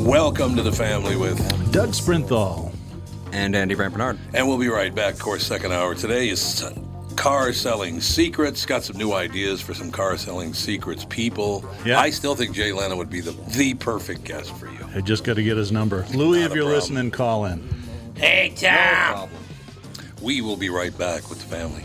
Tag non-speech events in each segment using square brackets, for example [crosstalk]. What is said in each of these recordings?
Welcome to the family with, Doug Sprinthal. and Andy Brant Bernard. and we'll be right back. Of course, second hour today is car selling secrets. Got some new ideas for some car selling secrets. People, Yeah. I still think Jay Leno would be the the perfect guest for you. I just got to get his number. Louis, Not if a you're problem. listening, call in. Hey Tom. we will be right back with the family.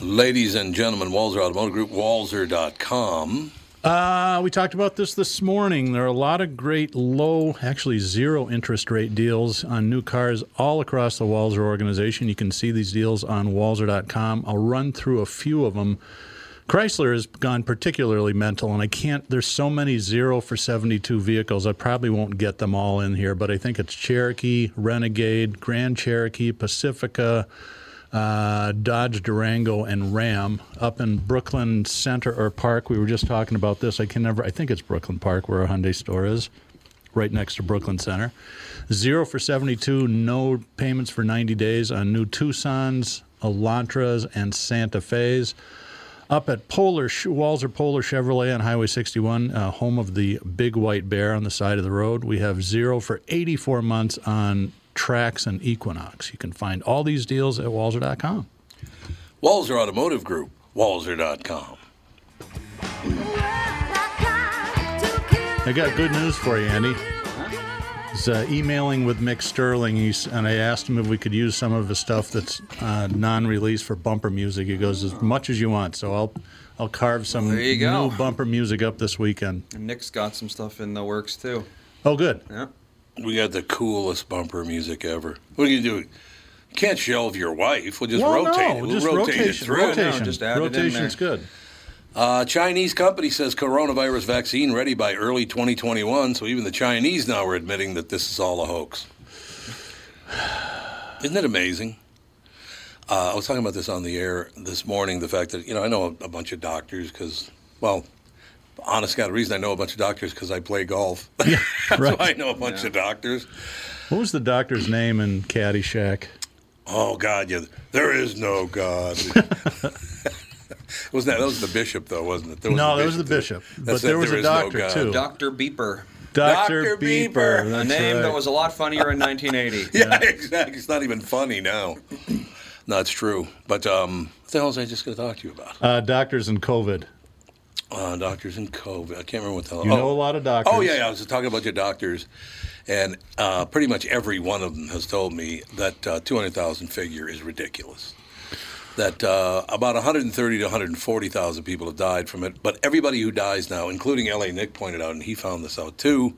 Ladies and gentlemen, Walzer Automotive Group, walzer.com. Uh, we talked about this this morning. There are a lot of great low, actually zero interest rate deals on new cars all across the Walzer organization. You can see these deals on walzer.com. I'll run through a few of them. Chrysler has gone particularly mental, and I can't. There's so many zero for 72 vehicles. I probably won't get them all in here, but I think it's Cherokee, Renegade, Grand Cherokee, Pacifica, uh, Dodge Durango and Ram up in Brooklyn Center or Park. We were just talking about this. I can never. I think it's Brooklyn Park where our Hyundai store is, right next to Brooklyn Center. Zero for seventy-two. No payments for ninety days on new Tucsons, Elantras, and Santa Fe's. Up at Polar Sh- Walzer Polar Chevrolet on Highway 61, uh, home of the big white bear on the side of the road, we have zero for 84 months on Trax and Equinox. You can find all these deals at Walzer.com. Walzer Automotive Group, walzer.com. I got good news for you, Andy. I was uh, emailing with Mick Sterling, he's, and I asked him if we could use some of his stuff that's uh, non-release for bumper music. He goes as much as you want, so I'll I'll carve some There you go. new bumper music up this weekend. And Nick's got some stuff in the works too. Oh, good. Yeah. We got the coolest bumper music ever. What are you going to do? You can't shelve your wife. We'll just Well, rotate no, it. We'll just rotate rotation. it through. Rotation. No, just add it in Rotation's good. Uh, Chinese company says coronavirus vaccine ready by early 2021. So even the Chinese now are admitting that this is all a hoax. [sighs] Isn't it amazing? Uh, I was talking about this on the air this morning. The fact that you know I know a, a bunch of doctors because, well, honest God, the reason I know a bunch of doctors because I play golf. [laughs] That's right. why I know a bunch of doctors. What was the doctor's name in Caddyshack? Oh God, yeah, there is no God. [laughs] [laughs] was not that that was the bishop though, wasn't it? There No, there was the bishop, That's but it, there was a is no doctor God. too. Dr. Beeper. Doctor Dr. Beeper, Beeper, a A that's name right. that was a lot funnier in [laughs] 1980. Yeah, exactly. It's not even funny now. [clears throat] No, it's true. But um, what the hell was I just going to talk to you about? uh, doctors and COVID. Uh, doctors and COVID. I can't remember what the hell. You oh. know a lot of doctors. Oh, yeah, yeah. I was talking about your doctors, and uh, pretty much every one of them has told me that uh, 200,000 figure is ridiculous. That uh, about 130 to 140,000 people have died from it, but everybody who dies now, including LA Nick pointed out, and he found this out too,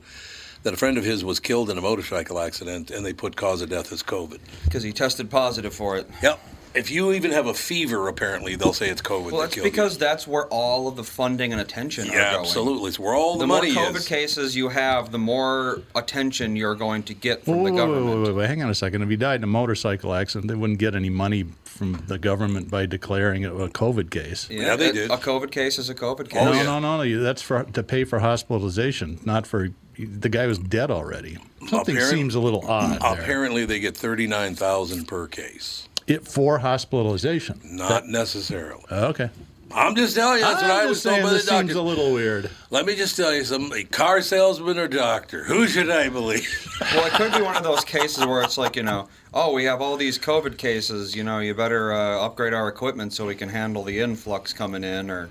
that a friend of his was killed in a motorcycle accident, and they put cause of death as COVID. Because he tested positive for it. Yep. If you even have a fever, apparently they'll say it's COVID. Well, that that's killed you. because that's where all of the funding and attention are yeah, going. absolutely. It's where all the, The more money COVID is. cases you have, the more attention you're going to get from Wait, wait, the wait, government. Wait, wait, wait, hang on a second. If he died in a motorcycle accident, they wouldn't get any money from the government by declaring it a COVID case. Yeah, they a- did. Oh, A COVID case is a COVID case. no, yeah. no, no, no. That's for to pay for hospitalization, not for the guy was dead already. Something Apparent- seems a little odd there. Apparently, they get thirty-nine thousand per case. It for hospitalization. Not necessarily. Okay. I'm just telling you. That's what I I'm was just told saying by the this seems doctor. a little weird. Let me just tell you something: a car salesman or doctor, who should I believe? [laughs] Well, it could be one of those cases where it's like, you know, oh, we have all these COVID cases. You know, you better uh, upgrade our equipment so we can handle the influx coming in. Or,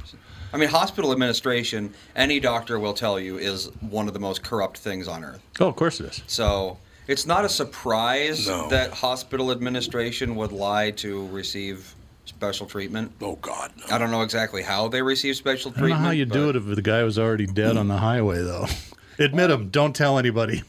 I mean, hospital administration, any doctor will tell you, is one of the most corrupt things on earth. Oh, of course it is. So, It's not a surprise No. that hospital administration would lie to receive special treatment. Oh God, no. I don't know exactly how they receive special I don't know treatment. how you do it if the guy was already dead on the highway, though. Admit him. Don't tell anybody. it.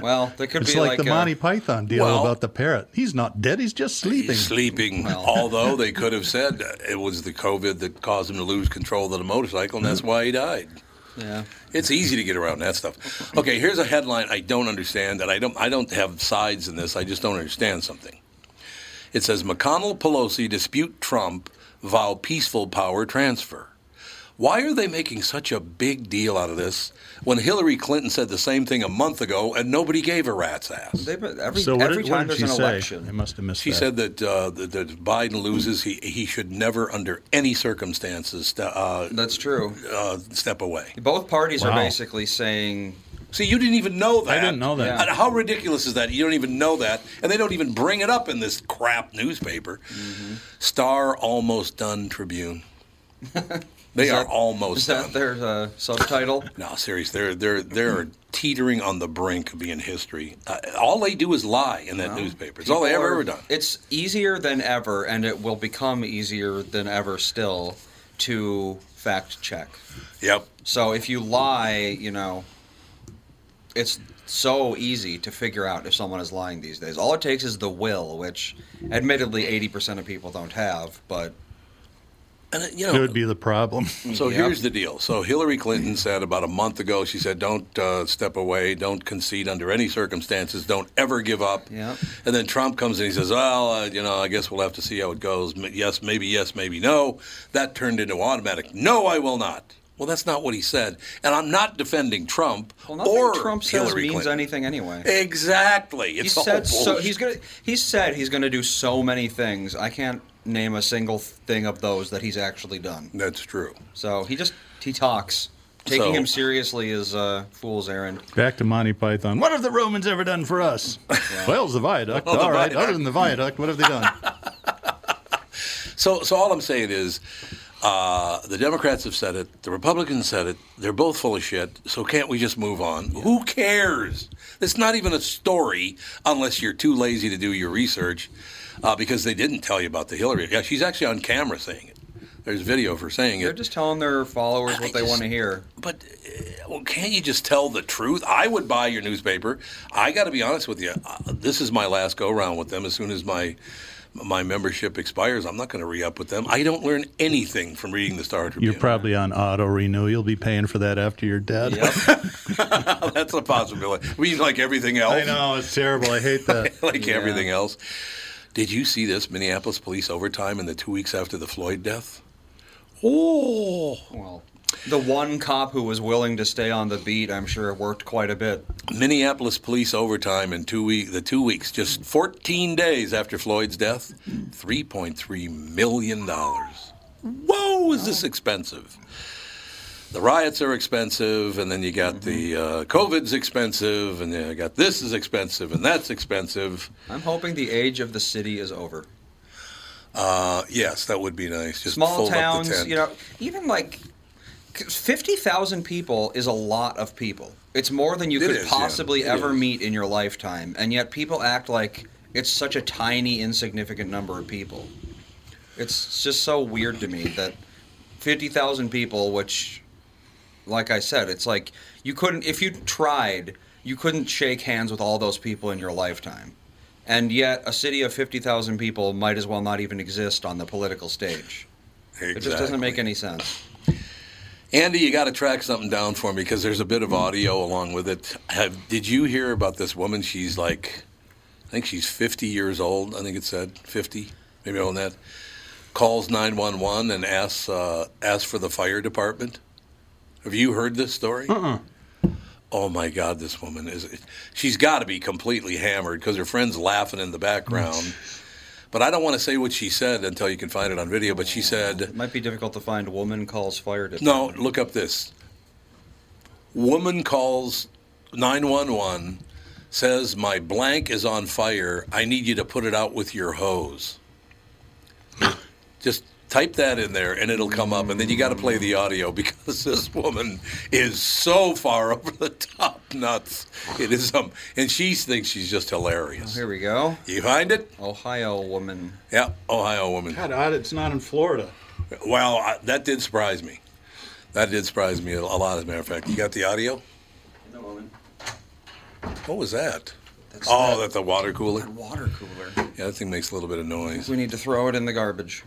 Well, there could It's be like, like, the a- Monty Python deal uh, Well- about the parrot. He's not dead. He's just sleeping. He's sleeping. Well. Although [laughs] they could have said it was the COVID that caused him to lose control of the motorcycle, and that's why he died. yeah. It's easy to get around that stuff. Okay, here's a headline I don't understand, and I don't I don't have sides in this. I just don't understand something. It says McConnell Pelosi dispute Trump vow peaceful power transfer. Why are they making such a big deal out of this when Hillary Clinton said the same thing a month ago and nobody gave a rat's ass? They've been, every So what every did, time what did she there's an say? I election. must have missed She that. said that, uh, that that if Biden loses, he he should never, under any circumstances, ste- uh, That's true. uh, step away. Both parties are Wow. basically saying See, you didn't even know that. I didn't know that. And How ridiculous is that? You don't even know that, and they don't even bring it up in this crap newspaper. Mm-hmm. Star almost done [laughs] Tribune. They Is are that- almost is that done. their uh, subtitle? No, seriously, they're they're they're teetering on the brink of being history. Uh, all they do is lie in that newspaper. It's all they ever Or- ever done. It's easier than ever, and it will become easier than ever still to fact check. Yep. So if you lie, you know, it's so easy to figure out if someone is lying these days. All it takes is the will, which admittedly 80% of people don't have, but And uh, you know, it would be the problem. So Yeah. here's the deal. So Hillary Clinton said about a month ago, she said, "Don't uh, step away. Don't concede under any circumstances. Don't ever give up." Yeah. And then Trump comes in. He says, "Well, uh, you know, I guess we'll have to see how it goes. M- Yes, maybe yes, maybe no." That turned into automatic. No, I will not. Well, that's not what he said. And I'm not defending Trump well, nothing or Trump says Hillary means Clinton. anything anyway. Exactly. he It's the whole said so bullshit. he's gonna he said he's gonna do so many things. I can't name a single thing of those that he's actually done. That's true. So he just he talks. So- Taking him seriously is uh, fool's errand. Back to Monty Python. What have the Romans ever done for us? Well, it's the viaduct. the All right. viaduct. Other than the viaduct, what have they done? So, so all I'm saying is, uh, the Democrats have said it, the Republicans said it. They're both full of shit. So can't we just move on? Who cares? It's not even a story unless you're too lazy to do your research, uh, because they didn't tell you about the Hillary. Yeah, she's actually on camera saying it. There's video for saying They're it. just telling their followers what they want to hear. But uh, well, can't you just tell the truth? I would buy your newspaper. I got to be honest with you. Uh, this is my last go round with them. As soon as my my membership expires, I'm not going to re up with them. I don't learn anything from reading the Star Tribune. You're probably on auto renew. You'll be paying for that after you're dead. Yep. [laughs] that's a possibility. We like everything else. [laughs] I know. It's terrible. I hate [laughs] that. like Yeah. everything else. Did you see this Minneapolis police overtime in the two weeks after the Floyd death? Oh. well, the one cop who was willing to stay on the beat, I'm sure it worked quite a bit. Minneapolis police overtime in two week, the two weeks, just 14 days after Floyd's death, 3.3 million dollars. Whoa, is this expensive? The riots are expensive, and then you got the Mm-hmm. uh, COVID's expensive, and then you got this is expensive, and that's expensive. I'm hoping the age of the city is over. Uh, yes, that would be nice. Just Small fold up the towns, tent. you know, even like 50,000 people is a lot of people. It's more than you It could is, yeah. possibly It ever is. meet in your lifetime, and yet people act like it's such a tiny, insignificant number of people. It's just so weird to me that 50,000 people, which, like I said, it's like you couldn't, if you tried, you couldn't shake hands with all those people in your lifetime. And yet, a city of 50,000 people might as well not even exist on the political stage. It just doesn't make Exactly. any sense. Andy, you got to track something down for me because there's a bit of audio along with it. Have, did you hear about this woman? She's like, I think she's 50 years old. I think it said 50, maybe on that. Calls 911 and asks uh, asks for the fire department. Have you heard this story? Oh my God, this woman is. She's got to be completely hammered because her friend's laughing in the background. But I don't want to say what she said until you can find it on video. But she said. It might be difficult to find woman calls fire No, department. look up this. Woman calls 911, says, My blank is on fire. I need you to put it out with your hose. Just Type that in there, and it'll come up, and then you got to play the audio [laughs] because this woman is so far [laughs] over the top nuts. It is um, and she thinks she's just hilarious. Oh, Here we go. You find it? Ohio woman. Yeah, Ohio woman. God, odd it's not in Florida. Well, I, that did surprise me. That did surprise me a lot, as a matter of fact. You got the audio? No woman. What was that? That's oh, that- that's a water cooler. Water cooler. Yeah, that thing makes a little bit of noise. We need to throw it in the garbage.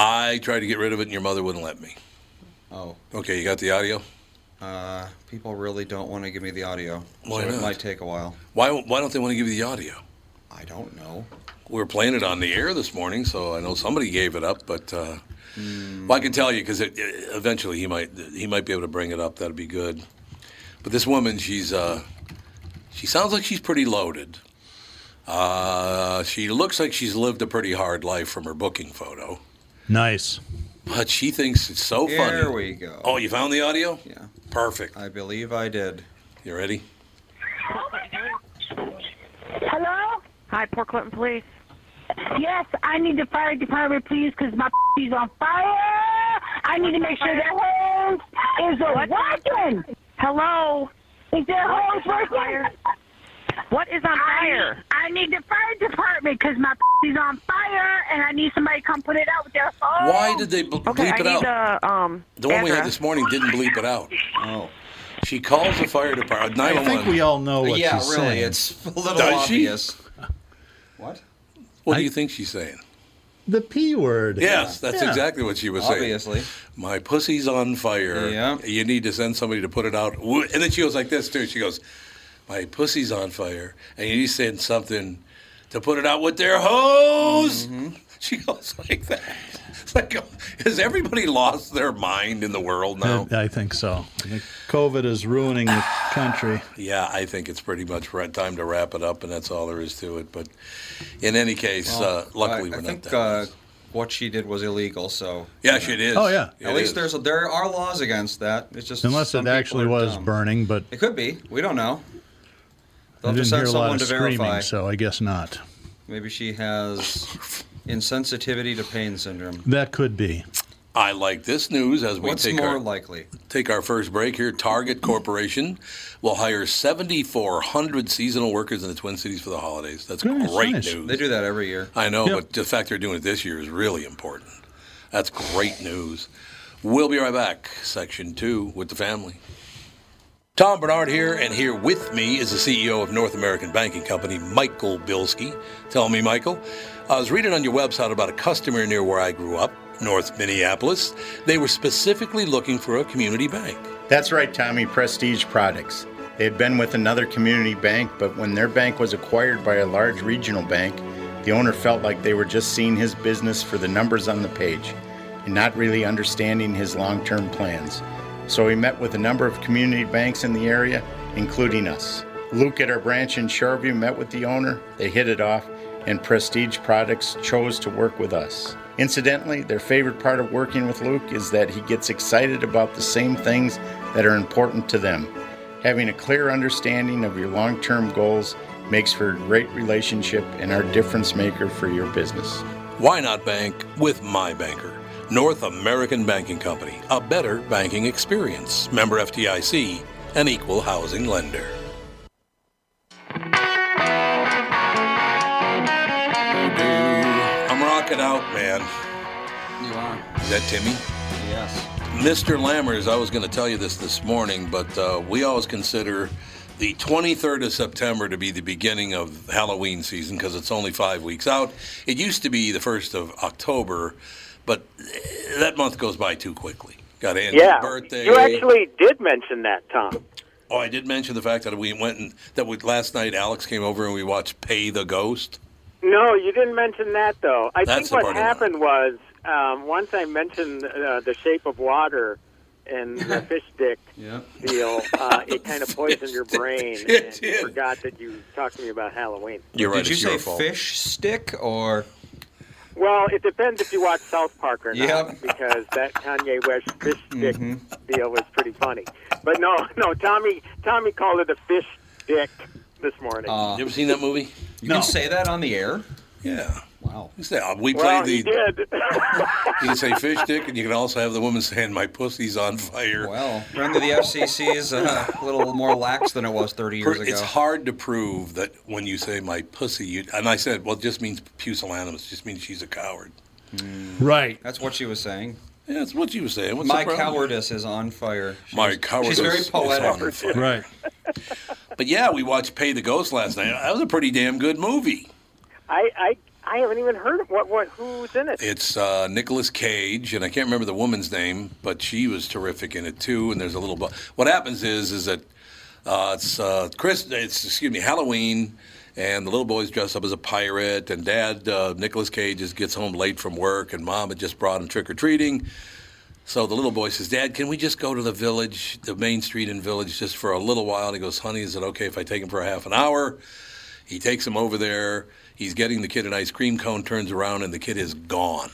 I tried to get rid of it, and your mother wouldn't let me. Oh, Okay, you got the audio? uh, people really don't want to give me the audio. Why so not? It might take a while. Why, why don't they want to give you the audio? I don't know. We were playing it on the air this morning, so I know somebody gave it up, but uh, well, I can tell you because eventually he might he might be able to bring it up. That'd be good. But this woman, she's uh, she sounds like she's pretty loaded. Uh, she looks like she's lived a pretty hard life from her booking photo, Nice. but she thinks it's so funny. Here we go. Oh, you found the audio? Yeah. Perfect. I believe I did. You ready? Hello? Hi, Port Clinton Police. Yes, I need the fire department, please, because my [laughs] is on fire. I need to make sure that hose is working. Hello. Is that hose What is on fire? working? What is on fire? I need, I need the fire department because my [laughs] is on fire, and I need somebody to come put it out with their hose. Why did they bl- Okay, bleep I it need out? the um. the one we had address. this morning didn't bleep it out. Oh. She calls the fire department. I 911. think we all know what yeah, she's really. saying. It's a little Does she? obvious. What? what do you think she's saying? the P word. Yes, that's Yeah. exactly what she was saying. Obviously. My pussy's on fire. Yeah. You need to send somebody to put it out. Wo- And then she goes like this too. She goes, "My pussy's on fire, and you need to send something to put it out with their hose." Mm-hmm. She goes [laughs] like that. It's like, has everybody lost their mind in the world [laughs] now? I I think so. I think COVID is ruining the country. Yeah, I think it's pretty much ra- time to wrap it up, and that's all there is to it. But in any case, uh, luckily I, we're I not think that. uh, what she did was illegal, so. yeah, she is. Oh, yeah. It At least is. there's there are laws against that. It's just Unless some it people actually are was dumb. burning, but It could be. We don't know. They'll I have to didn't send hear a lot someone of to screaming, verify. so I guess not. Maybe she has [laughs] insensitivity to pain syndrome. That could be. I like this news as we What's take more our likely? take our first break here. Target Corporation will hire 7,400 seasonal workers in the Twin Cities for the holidays. That's Goodness, great nice. news. They do that every year. I know, Yep. but the fact they're doing it this year is really important. That's great news. We'll be right back. Section two with the family. Tom Bernard here, and here with me is the CEO of North American Banking Company, Michael Bilski. Tell me, Michael, I was reading on your website about a customer near where I grew up, North Minneapolis. They were specifically looking for a community bank. That's right, Tommy, Prestige Products. They had been with another community bank, but when their bank was acquired by a large regional bank, the owner felt like they were just seeing his business for the numbers on the page and not really understanding his long term plans. So he met with a number of community banks in the area, including us. Luke at our branch in Shoreview met with the owner, they hit it off, and Prestige Products chose to work with us. Incidentally, their favorite part of working with Luke is that he gets excited about the same things that are important to them. Having a clear understanding of your long term goals makes for a great relationship and are a difference maker for your business. Why not bank with my banker? North American Banking Company, a better banking experience. Member FDIC, an equal housing lender. I'm rocking out, man. You are. Is that Timmy? Yes. Mr. Lammers, I was going to tell you this this morning, but uh, we always consider the 23rd of September to be the beginning of Halloween season because it's only five weeks out. It used to be the 1st of October, but eh, that month goes by too quickly. Got Andy's Yeah. birthday. You actually did mention that, Tom. oh, I did mention the fact that we went and that we, last night Alex came over and we watched Pay the Ghost. No, you didn't mention that, though. I That's the think part what I want. happened was um, once I mentioned uh, the shape of water [laughs] and the fish dick Yeah. deal, uh, it kind of poisoned your brain It and did. you forgot that you talked to me about Halloween. You're right. Did you it's say your fault. fish stick or? Well, it depends if you watch South Park or Yep. not, because that Kanye West fish stick deal was pretty funny. But no, [laughs] no, Tommy, Tommy called it a fish stick this morning. You ever seen that movie? You No. can say that on the air. Yeah. Wow. You say, "Oh, we Well, play he the. did. [laughs] You can say fish dick, and you can also have the woman saying, "My pussy's on fire." Well, friend of the FCC is uh, a little more lax than it was 30 years ago. It's hard to prove that when you say "my pussy," you, and I said, "Well, it just means pusillanimous. Just means she's a coward." Right. That's what she was saying. Yeah, that's what you were saying. What's the My problem? cowardice is on fire. My She's- cowardice. She's very is on poetic. fire. Right. But yeah, we watched Pay the Ghost last night. That was a pretty damn good movie. I, I I haven't even heard of what what who's in it. It's uh, Nicolas Cage, and I can't remember the woman's name, but she was terrific in it too. And there's a little. Bu- what happens is, is that uh, it's uh, Chris. It's excuse me, Halloween, and the little boy's dressed up as a pirate, and Dad uh, Nicolas Cage just gets home late from work, and Mom had just brought him trick or treating. So the little boy says, Dad, can we just go to the village, the main street in village, just for a little while? And he goes, Honey, is it okay if I take him for a half an hour? He takes him over there. He's getting the kid an ice cream cone, turns around, and the kid is gone.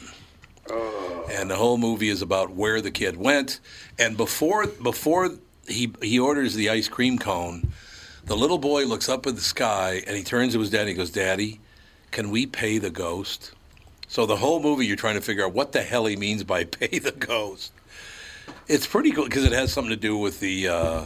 And the whole movie is about where the kid went. And before before he he orders the ice cream cone, the little boy looks up at the sky and he turns to his dad and he goes, Daddy, can we pay the ghost? So the whole movie you're trying to figure out what the hell he means by [laughs] pay the ghost. It's pretty cool because it has something to do with the uh,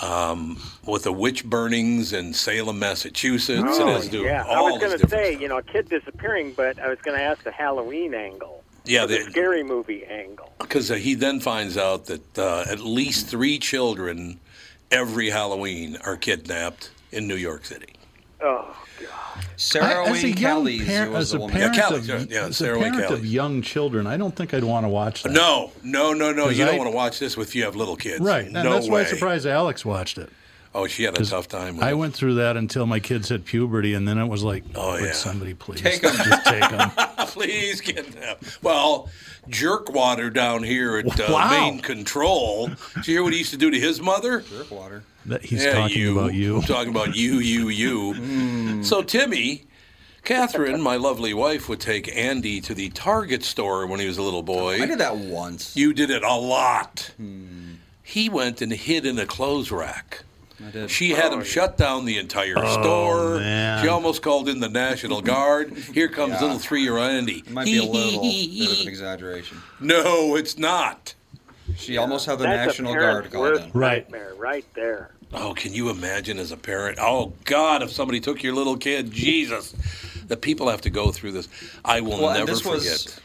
um, with the witch burnings in Salem, Massachusetts. it has to do Oh, yeah, with I all was this gonna different say stuff. you know a kid disappearing, but I was gonna ask the Halloween angle. Yeah, Or the, the- scary movie angle. Because uh, he then finds out that uh, at least three children every Halloween are kidnapped in New York City. Oh, Sarah I- as a Wayne young Callies, par- who E. was as the a woman. Yeah, parent, Callies, of, yeah, yeah, as Sarah a Wayne parent of Callies. young children, I don't think I'd want to watch that. No, no, no, no. 'Cause You I- don't want to watch this if you have little kids. Right. And no that's way. why I'm surprised Alex watched it. Oh, she had a tough time. With I it. [laughs] went through that until my kids hit puberty, and then it was like, Oh, would yeah. somebody please Take 'em. just take [laughs] them? Please kidnap. Well, Jerkwater down here at uh, Wow. Main Control. Did you hear what he used to do to his mother? Water. That he's talking about you. Hmm. I'm talking about you, you, you. So, Timmy, Catherine, my lovely wife, would take Andy to the Target store when he was a little boy. I did that once. You did it a lot. He went and hid in a clothes rack. Hmm. I Oh, did. She had him shut down the entire Oh, store. man. She almost called in the [laughs] National Guard. Here comes little three-year Andy. It [laughs] might be a little bit of an exaggeration. no, it's not. She almost had the that's National a parent's Guard called worst in. Right. nightmare right there. Oh, can you imagine as a parent? Oh God, if somebody took your little kid, Jesus, the people have to go through this. I will Well, and never this forget. was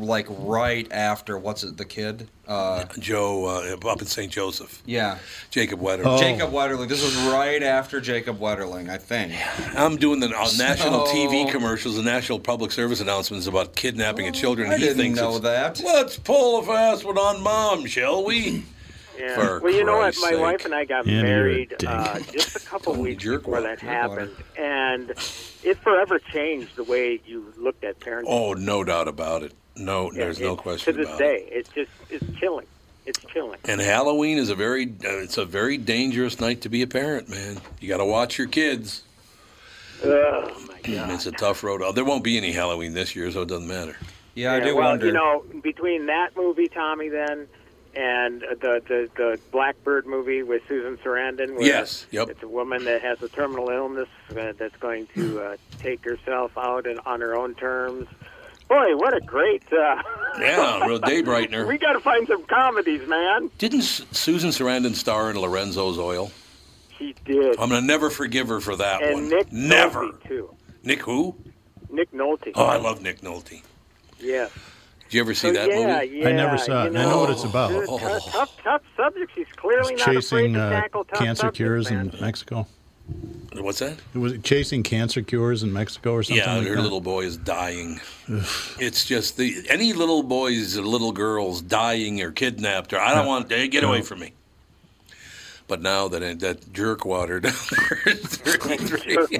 like right after what's it? The kid. Uh, Joe uh, up in St. Joseph, yeah, Jacob Wetter. Oh. Jacob Wetterling. This was right after Jacob Wetterling, I think. I'm doing the uh, national So- TV commercials and national public service announcements about kidnapping of children. I he didn't thinks know it's, that. Let's pull a fast one on mom, shall [clears throat] we? Yeah. For well, you know what? Christ's My sake. wife and I got Andy, you're a married dick. uh, just a couple Totally weeks jerk before water. that Jerk water. happened, and it forever changed the way you looked at parenting. oh, no doubt about it. No, there's Yeah, no it- question To this about it. day, it's just it's chilling. It's chilling. And Halloween is a very uh, it's a very dangerous night to be a parent, man. You got to watch your kids. Oh my And god. It's a tough road. Oh, there won't be any Halloween this year, so it doesn't matter. [laughs] Yeah, I Yeah, do well, wonder. you know, between that movie, Tommy, then, and uh, the the, the Blackbird movie with Susan Sarandon. Where Yes, yep. It's a woman that has a terminal illness uh, that's going to uh, take herself out and on her own terms. Boy, what a great! Uh, Yeah, real day [laughs] we brightener. got to find some comedies, man. Didn't S- Susan Sarandon star in Lorenzo's Oil? She did, I'm gonna never forgive her for that and one. Nick never. Nolte, too. Nick who? Nick Nolte. Oh, I love Nick Nolte. yes. Did you ever see So, that Oh, yeah, movie? Yeah, I never saw you it. and I know what it's about. These are tou- Tough, tough subjects. He's clearly not afraid chasing to uh, tackle tough cancer subjects, cures man. in Mexico. What's that? It was chasing cancer cures in Mexico or something. yeah, like her that. little boy is dying. it's just the any little boys or little girls dying or kidnapped or I don't want they get away from me. But now that eh, that jerk water [laughs] down there is [laughs] 33.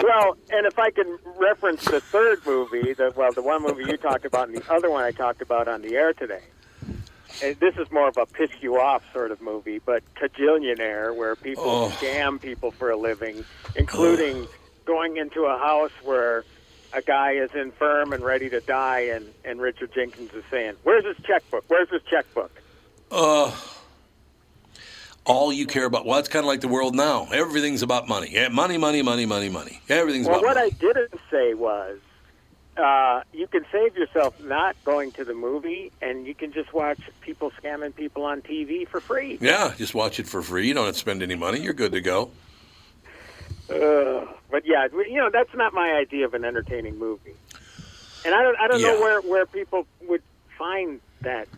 Well, and if I can reference the third movie, the, well, the one movie you talked about and the other one I talked about on the air today. And this is more of a piss you off sort of movie, but Cajillionaire, where people Oh. scam people for a living, including going into a house where a guy is infirm and ready to die, and, and Richard Jenkins is saying, Where's his checkbook? Where's his checkbook? all you care about. Well, it's kind of like the world now. Everything's about money. Yeah, money, money, money, money, money. Everything's Well, about what money. I didn't say was, uh, you can save yourself not going to the movie, and you can just watch people scamming people on TV for free. yeah, just watch it for free. You don't have to spend any money. You're good to go. Uh, but yeah, we- you know that's not my idea of an entertaining movie. And I don't, I don't know Yeah. where where people would find that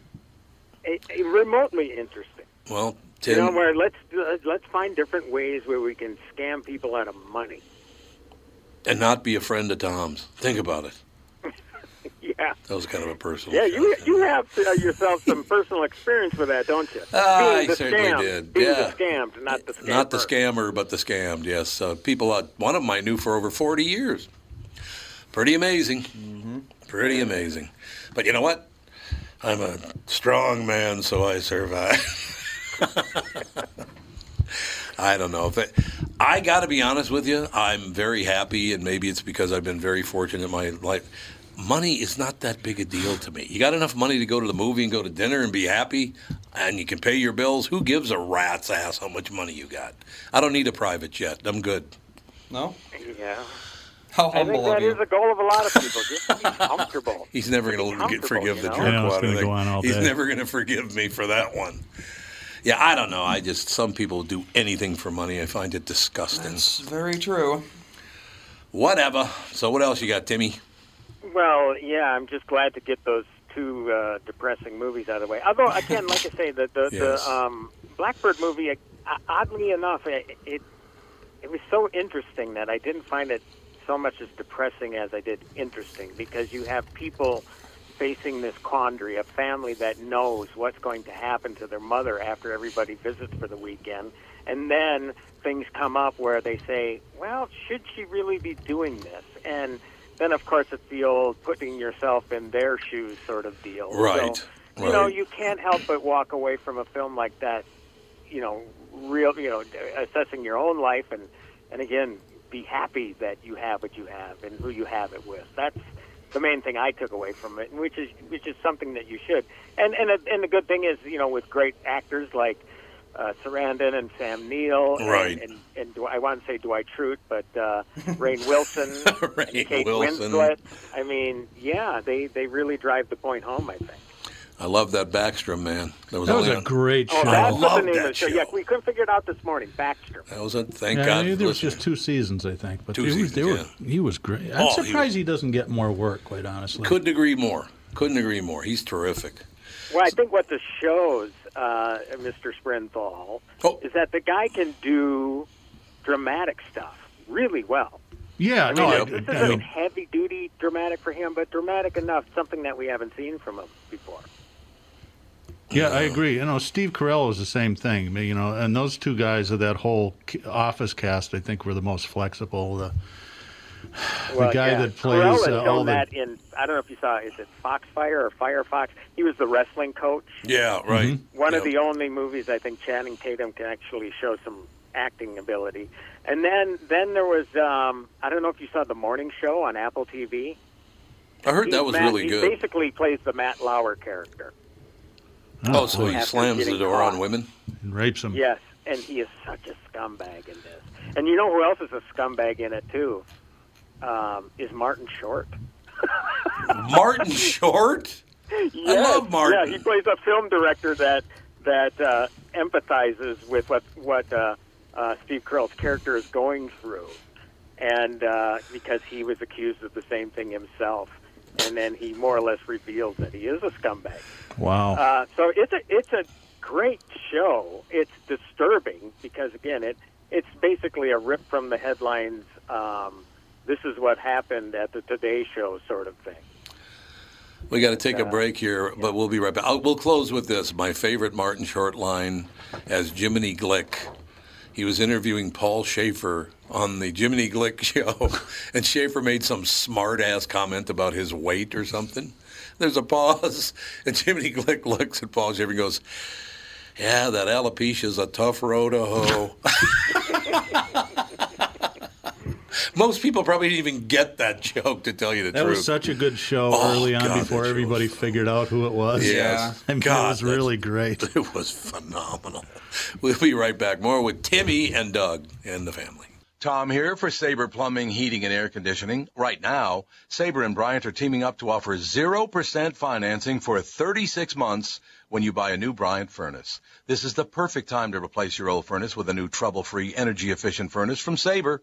a, a remotely interesting. Well, You Tim, know, where let's uh, let's find different ways where we can scam people out of money. [laughs] and not be a friend of Tom's. Think about it. Yeah. That was kind of a personal. Yeah, you shot. you have uh, yourself some personal experience with that, don't you? Ah, Being I the certainly scammed, did, Being yeah. the scammed, not the scammer. Not the scammer, but the scammed. Yes, uh, people. Uh, one of them I knew for over forty years. Pretty amazing. Mm-hmm. Pretty amazing. But you know what? I'm a strong man, so I survive. I don't know if it, I got to be honest with you. I'm very happy, and maybe it's because I've been very fortunate in my life. Money is not that big a deal to me. You got enough money to go to the movie and go to dinner and be happy, and you can pay your bills. Who gives a rat's ass how much money you got? I don't need a private jet. I'm good. No? Yeah. How I think humble that of is you. the goal of a lot of people. Just be [laughs] comfortable. He's never going to Comfortable, forgive you the know? jerk I know, it's water gonna thing. go on all He's day. never going to forgive me for that one. Yeah, I don't know. I just some people do anything for money. I find it disgusting. That's very true. Whatever. So what else you got, Timmy? Well, yeah, I'm just glad to get those two uh, depressing movies out of the way. Although, again, like I say, the the, Yes. the um, Blackbird movie, uh, oddly enough, it, it it was so interesting that I didn't find it so much as depressing as I did interesting because you have people facing this quandary, a family that knows what's going to happen to their mother after everybody visits for the weekend, and then things come up where they say, "Well, should she really be doing this?" and then of course it's the old putting yourself in their shoes sort of deal. Right, So, You know, right. you can't help but walk away from a film like that you know, real, you know, assessing your own life and, and again, be happy that you have what you have and who you have it with. That's the main thing I took away from it, which is which is something that you should. And and and the good thing is, you know, with great actors like uh, Sarandon and Sam Neill, and- Right. And, and, Dw- I want to say Dwight Schrute, but [laughs] uh, Rain Wilson, Rainn and Kate Wilson. Winslet. I mean, yeah, they they really drive the point home. I think. I love that Backstrom man. That was, That was only a on- great Oh, show. that's what love the name that of the show. show. Yeah, we couldn't figure it out this morning. Baxter. That was a thank Yeah, God. I mean, there was listen. just two seasons, I think. But Two they were- seasons, they were- yeah. he was great. I'm Oh, he was- surprised he doesn't get more work, quite honestly. Couldn't agree more. Couldn't agree more. He's terrific. Well, I think what this shows, uh, Mr. Sprinthal, Oh. is that the guy can do dramatic stuff really well. yeah, I no, mean, I, Yep. this I isn't mean, heavy duty dramatic for him, but dramatic enough, something that we haven't seen from him before. yeah, I agree. You know, Steve Carell was the same thing. I mean, You know, and those two guys of that whole ca- office cast, I think, were the most flexible. The, Well, guy yeah. that plays, Carell had uh, shown all the- that in I don't know if you saw is it Foxfire or Firefox? He was the wrestling coach. Yeah, right. One Yep. of the only movies I think Channing Tatum can actually show some acting ability. And then then there was um, I don't know if you saw the morning show on Apple TV. I heard that He's was Matt- really he good. basically plays the Matt Lauer character. Oh, so he After slams the getting door caught. on [laughs] women. and rapes him. Yes, and he is such a scumbag in this. And you know who else is a scumbag in it too? Um, is Martin Short. Martin Short. Yes, love Martin. Yeah, he plays a film director that that uh, empathizes with what what uh, uh, Steve Carell's character is going through, and uh, because he was accused of the same thing himself, and then he more or less reveals that he is a scumbag. Wow. Uh, so it's a it's a great show. It's disturbing because again, it it's basically a rip from the headlines. Um, this is what happened at the Today Show, sort of thing. We got to take a break here, but we'll be right back. I'll, we'll close with this. My favorite Martin Short line as Jiminy Glick. He was interviewing Paul Schaefer on the Jiminy Glick [laughs] show, and Schaefer made some smart ass comment about his weight or something. There's a pause, [laughs] and Jiminy Glick looks at Paul Schaefer and goes, Yeah, that alopecia's a tough road to hoe. [laughs] Most people probably didn't even get that joke, to tell you the That truth. was such a good show Oh, early on God, before that show everybody figured out who it was. Yes. [laughs] I mean, it God, was that's- really great. [laughs] it was phenomenal. We'll be right back. More with Timmy and Doug and the family. Tom here for Sabre Plumbing, Heating, and Air Conditioning. Right now, Sabre and Bryant are teaming up to offer 0% financing for 36 months when you buy a new Bryant furnace. This is the perfect time to replace your old furnace with a new trouble-free, energy-efficient furnace from Sabre.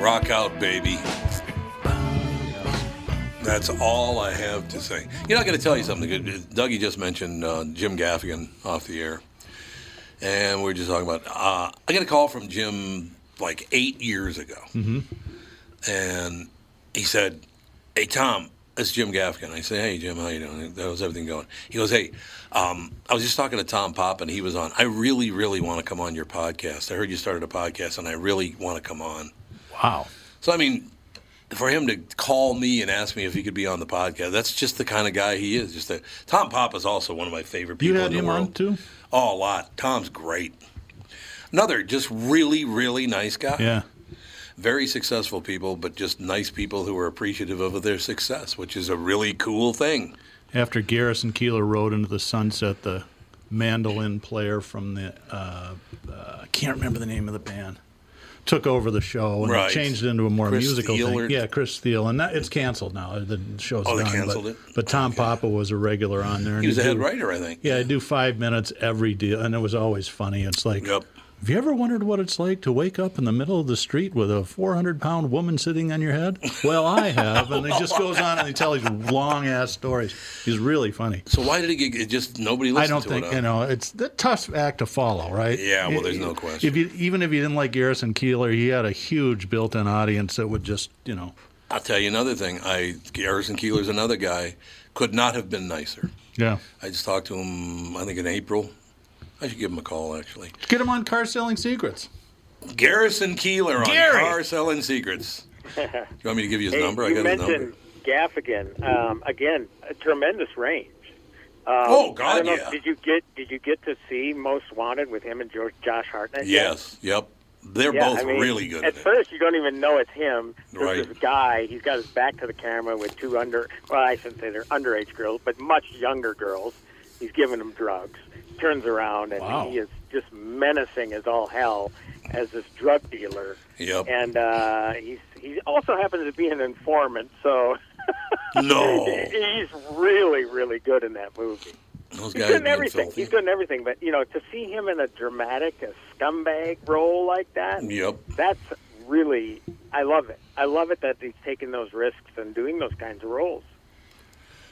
Rock out, baby. That's all I have to say. You know, I got to tell you something. Dougie just mentioned uh, Jim Gaffigan off the air, and we were just talking about. Uh, I got a call from Jim like eight years ago, and he said, "Hey, Tom." It's Jim Gaffigan. I said, "Hey, Jim, how you doing? How's everything going?" He goes, "Hey, um, I was just talking to Tom Pop, and he was on. I really, really want to come on your podcast. I heard you started a podcast, and I really want to come on." Wow. So I mean, for him to call me and ask me if he could be on the podcast, that's just the kind of guy he is. Just a, Tom Pop is also one of my favorite You people had in the him world. on too? Oh, a lot. Tom's great. Another just really, really nice guy. Yeah. Very successful people, but just nice people who are appreciative of their success, which is a really cool thing. After Garrison Keeler rode into the sunset, the mandolin player from the, uh, uh, I can't remember the name of the band, took over the show and Right. it changed it into a more Chris musical Thiel thing. or- Yeah, Chris Thiel. And that, it's canceled now. The show's Oh, they done. but- canceled it? But Tom Okay. Papa was a regular on there. and He was a he'd head do- writer, I think. Yeah, I do five minutes every deal, and it was always funny. It's like, Yep. have you ever wondered what it's like to wake up in the middle of the street with a 400 pound woman sitting on your head? Well, I have. And he just goes on and he tells these long ass stories. He's really funny. So why did he get it? Just nobody listened I don't to think, it. you huh? know, it's the tough act to follow, right? Yeah, well, there's no question. If you, even if you didn't like Garrison Keeler, he had a huge built in audience that would just, you know, I'll tell you another thing. I Garrison Keeler's another guy. Could not have been nicer. yeah. I just talked to him, I think in April. I should give him a call, actually. Get him on Car Selling Secrets. Garrison Keeler on Gary! Car Selling [laughs] Secrets. you want me to give you his Hey, number? I You got his number. mentioned Gaffigan. Um, again, a tremendous range. Um, Oh, God, I don't know, yeah. Did you get Did you get to see Most Wanted with him and Jo- Josh Hartnett? yet? Yes, yep. They're Yeah, both I mean, really good At at, it. first, you don't even know it's him. There's Right. this guy. He's got his back to the camera with two under. Well, I shouldn't say they're underage girls, but much younger girls. He's giving them drugs. Turns around and Wow. he is just menacing as all hell as this drug dealer. Yep. And uh, he's he also happens to be an informant, so No, [laughs] he's really really good in that movie. those He's guys good in have been everything. filthy. He's good in everything, but you know, to see him in a dramatic, a scumbag role like that, Yep. that's really I love it. I love it that he's taking those risks and doing those kinds of roles.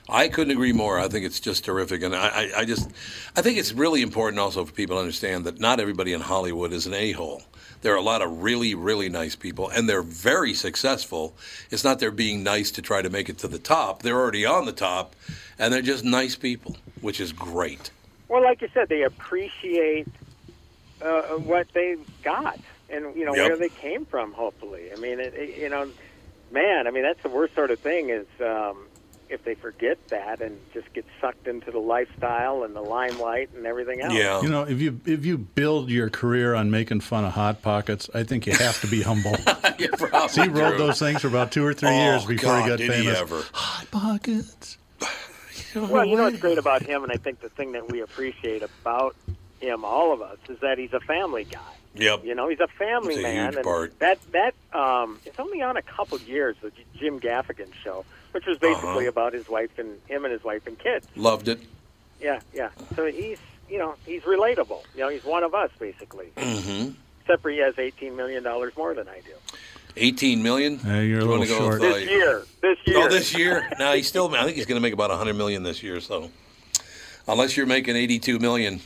I couldn't agree more. I think it's just terrific, and I, I, I just, I think it's really important also for people to understand that not everybody in Hollywood is an a-hole. There are a lot of really, really nice people, and they're very successful. It's not they're being nice to try to make it to the top. They're already on the top, and they're just nice people, which is great. Well, like you said, they appreciate uh, what they got and you know Yep. where they came from. Hopefully, I mean, it, it, you know, man, I mean that's the worst sort of thing is um, if they forget that and just get sucked into the lifestyle and the limelight and everything else. Yeah. [laughs] You know, if you if you build your career on making fun of hot pockets, I think you have to be [laughs] humble. You're probably he rode true. those things for about two or three Oh, years before God, he got did famous. ever. Hot pockets. [laughs] Well, you know what's great about him, and I think the thing that we appreciate about him, all of us, is that he's a family guy. Yep. You know, he's a family It's a man, huge and part. that that um, it's only only on a couple years, the J- Jim Gaffigan show, which was basically Uh-huh. about his wife and him and his wife and kids. Loved it. Yeah, yeah. So he's, you know, he's relatable. You know, he's one of us basically, Mm-hmm. except for he has eighteen million dollars more than I do. 18 million. you're a You wanna little go with, short. uh, This year, this year. Oh, this year? No, he's still. I think he's going to make about 100 million this year. So, unless you're making 82 [laughs] million,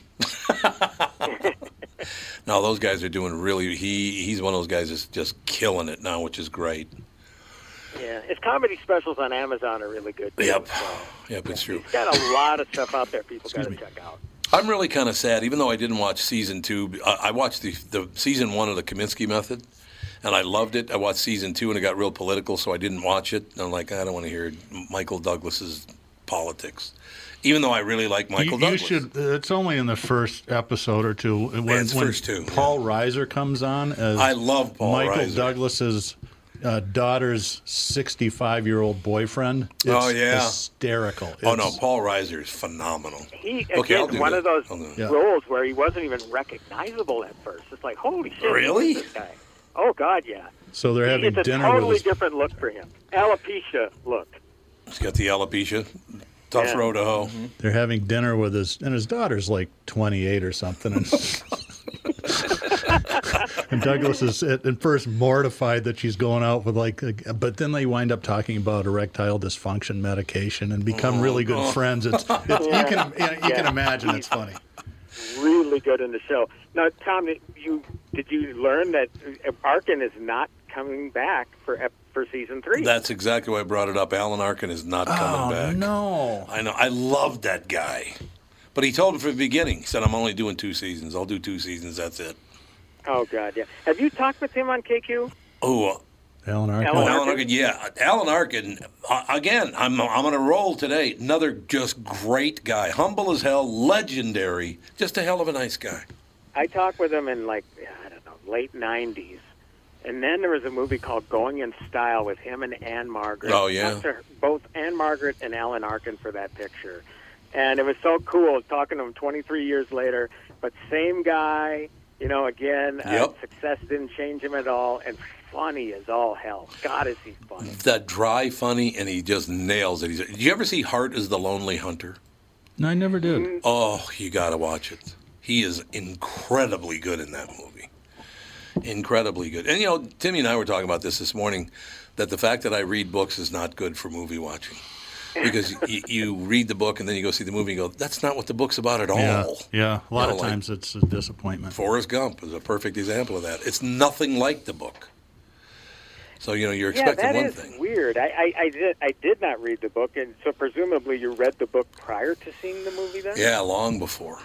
no, those guys are doing really. He he's one of those guys that's just killing it now, which is great. Yeah, his comedy specials on Amazon are really good. Too, Yep. so Yep, it's true. he's got a lot of stuff out there. People got to check out. I'm really kind of sad, even though I didn't watch season two. I, I watched the, the season one of the Kaminsky Method, and I loved it. I watched season two, and it got real political, so I didn't watch it. And I'm like, I don't want to hear Michael Douglas's politics, even though I really like You- Michael you, Douglas. should. It's only in the first episode or two. When, it's when first two, yeah. Paul Reiser comes on as I love Paul Michael Reiser. Douglas's uh, daughter's sixty-five-year-old boyfriend. It's Oh, yeah. hysterical. Oh no, It's- Paul Reiser is phenomenal. He again, Okay, I'll do one that. of those I'll do that. Yeah. roles where he wasn't even recognizable at first. It's like, holy shit, who is Really? this guy? Oh God, yeah. So they're having it's a dinner totally with his different look for him. Alopecia look. He's got the alopecia. Tough Yeah. Mm-hmm. road to hoe. They're having dinner with his, and his daughter's like 28 or something. And, and [laughs] Douglas is at, at first mortified that she's going out with like, a- but then they wind up talking about erectile dysfunction medication and Oh, become really good friends. [laughs] It's, it's you can you can Yeah. imagine it's funny. Really good in the show. Now, Tom, you did you learn that uh, Arkin is not coming back for ep- for season three? That's exactly why I brought it up. Alan Arkin is not coming back. no! I know. I love that guy. But he told him from the beginning, he said, I'm only doing two seasons. I'll do two seasons. That's it. oh God, yeah. Have you talked with him on KQ? Oh, uh, Alan Arkin. oh, Alan Alan Arkin? Arkin. Yeah. Alan Arkin, uh, again, I'm, I'm on a roll today. Another just great guy. Humble as hell, legendary, just a hell of a nice guy. I talked with him in like I don't know late '90s, and then there was a movie called Going in Style with him and Anne Margaret. Oh, yeah. Both their- both Anne Margaret and Alan Arkin for that picture, and it was so cool talking to him 23 years later. But same guy, you know. Again, uh, Yep. success didn't change him at all, and funny as all hell. God, is he funny? That dry, funny, and he just nails it. He's, did you ever see Hart as the Lonely Hunter? No, I never Mm-hmm. did. Oh, you got to watch it. He is incredibly good in that movie. Incredibly good. And, you know, Timmy and I were talking about this this morning that the fact that I read books is not good for movie watching. Because [laughs] you, you read the book and then you go see the movie and go, that's not what the book's about at all. Yeah, yeah. A lot No, of like- times it's a disappointment. Forrest Gump is a perfect example of that. It's nothing like the book. So, you know, you're Yeah, expecting that one is thing. weird. I, I, I did I did not read the book, and so presumably you read the book prior to seeing the movie. Then Yeah, long before.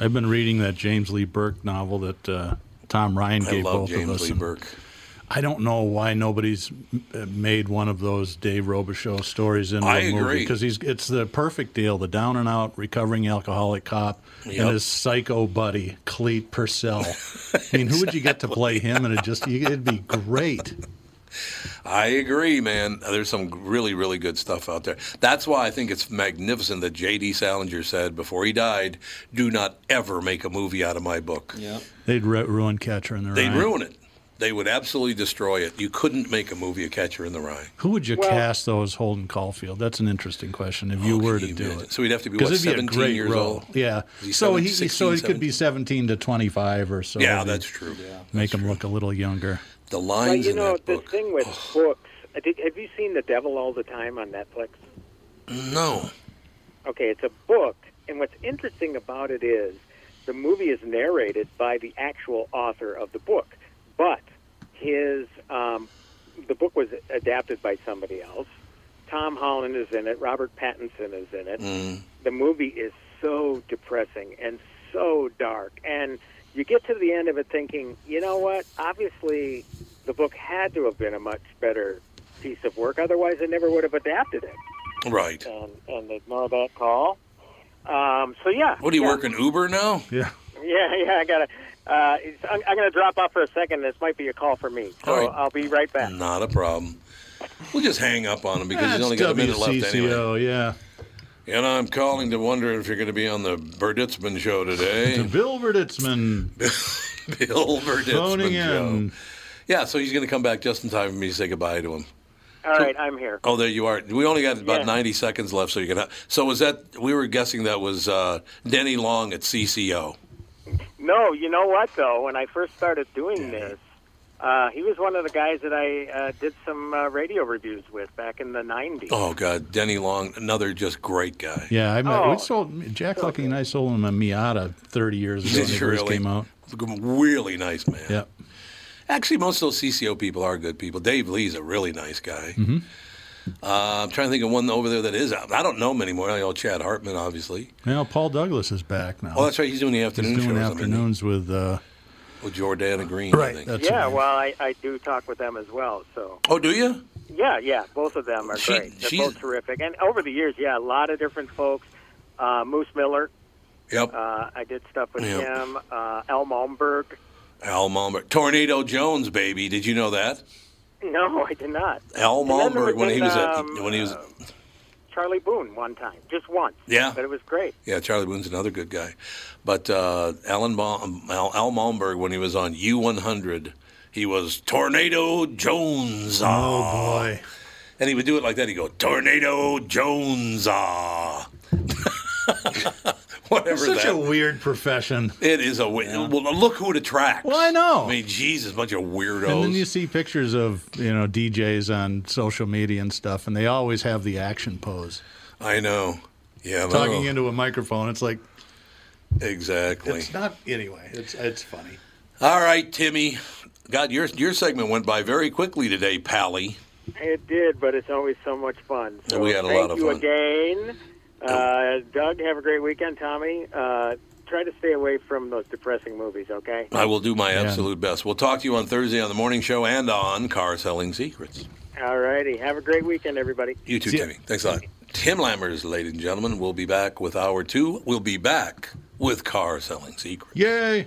I've been reading that James Lee Burke novel that uh, Tom Ryan I gave love both of James us. Lee and- Burke. I don't know why nobody's uh, made one of those Dave Robichaux stories into I a movie agree. because he's it's the perfect deal: the down and out recovering alcoholic cop Yep. and his psycho buddy Cleet Purcell. [laughs] I mean, who would you get to play him? And it just you- it'd be great. I agree, man. There's some really, really good stuff out there. That's why I think it's magnificent that J.D. Salinger said before he died, "Do not ever make a movie out of my book. Yeah. They'd ru ruin Catcher in the They'd Rye. ruin it. They would absolutely destroy it. You couldn't make a movie A Catcher in the Rye. Who would you Well- cast though as Holden Caulfield? That's an interesting question. If you Oh, were can to you do imagine? it, So he'd have to be, 'Cause what, it'd 17 years role. old? Yeah. Is he so seven- he 16, so he could 17? be seventeen to twenty five or so. Yeah, It'd that's true. make him look a little younger. The Well, lines you know, in that the book. thing with books, I did, have you seen The Devil All the Time on Netflix? no, Okay, it's a book, and what's interesting about it is the movie is narrated by the actual author of the book, but his um, the book was adapted by somebody else. Tom Holland is in it. Robert Pattinson is in it. The movie is so depressing and so dark, and you get to the end of it thinking, you know what? Obviously, the book had to have been a much better piece of work. Otherwise, they never would have adapted it right. and and ignore that call. Um, so yeah. What are you yeah, working Uber now? Yeah. [laughs] Yeah, yeah. I gotta. Uh, it's, I'm, I'm gonna drop off for a second. This might be a call for me, so All right. I'll be right back. Not a problem. We'll just hang up on him because he's That's only got a minute left anyway. WCCO, yeah. And I'm calling to wonder if you're going to be on the Berditzman show To [laughs] today. Bill Verditzman Bill Berditzman phoning in. show. Yeah, so he's going to come back just in time for me to say goodbye to him. All right, I'm here. Oh, there you are. We only got about Yeah. 90 seconds left, so you can. So was that? We were guessing that was uh, Denny Long at CCO. No, you know what though? When I first started doing this, uh, he was one of the guys that I uh, did some uh, radio reviews with back in the '90s. Oh God, Denny Long, another just great guy. Yeah, I met, Oh. we sold Jack Lucky and I sold him a Miata 30 years ago when Did he you first really? came out. Really nice man. Yep. Actually, most of those CCO people are good people. Dave Lee's a really nice guy. Mhm. Uh, I'm trying to think of one over there that is. I don't know him anymore. I know Chad Hartman, obviously. Well, Paul Douglas is back now. Oh, that's right. He's doing the afternoon He's doing shows, I mean. afternoons with. Uh, With Jordana Green, I Right, think. that's yeah, well, I, I do talk with them as well. So Oh, do you? yeah, yeah, both of them are She- great. They're she's- both terrific. And over the years, yeah, a lot of different folks. Uh, Moose Miller, Yep. uh, I did stuff with Yep. him. Uh, Al Malmberg. [laughs] Al Malmberg. Tornado Jones, baby. Did you know that? No, I did not. Al And then there Malmberg when been, he was at um, when he was Charlie Boone one time, just once. Yeah. but it was great. yeah Charlie Boone's another good guy, but uh, Alan Baum, Al, Al Malmberg when he was on U one hundred, he was Tornado Jones. oh, boy. and he would do it like that. He'd go Tornado Jones. [laughs] Ah, whatever It's such that. a weird profession. it is a win. Well, look who it attracts. Well, I know. I mean, Jesus, bunch of And then weirdos. you see pictures of you know DJs on social media and stuff, and they always have the action pose, I know. Yeah, talking no. into a microphone. It's like exactly. it's not anyway. It's it's funny. All right, Timmy. God, your your segment went by very quickly today, Pally. It did, but it's always so much fun. So We had a thank lot of you fun. again, uh, Doug. Have a great weekend, Tommy. Uh, try to stay away from those depressing movies, okay? I will do my absolute best. We'll talk to you on Thursday on the morning show and on Car Selling Secrets. All righty. Have a great weekend, everybody. You too, See ya. Timmy. Thanks a lot. Tim Lammers, ladies and gentlemen, we'll be back with hour two. We'll be back with Car Selling Secrets. Yay!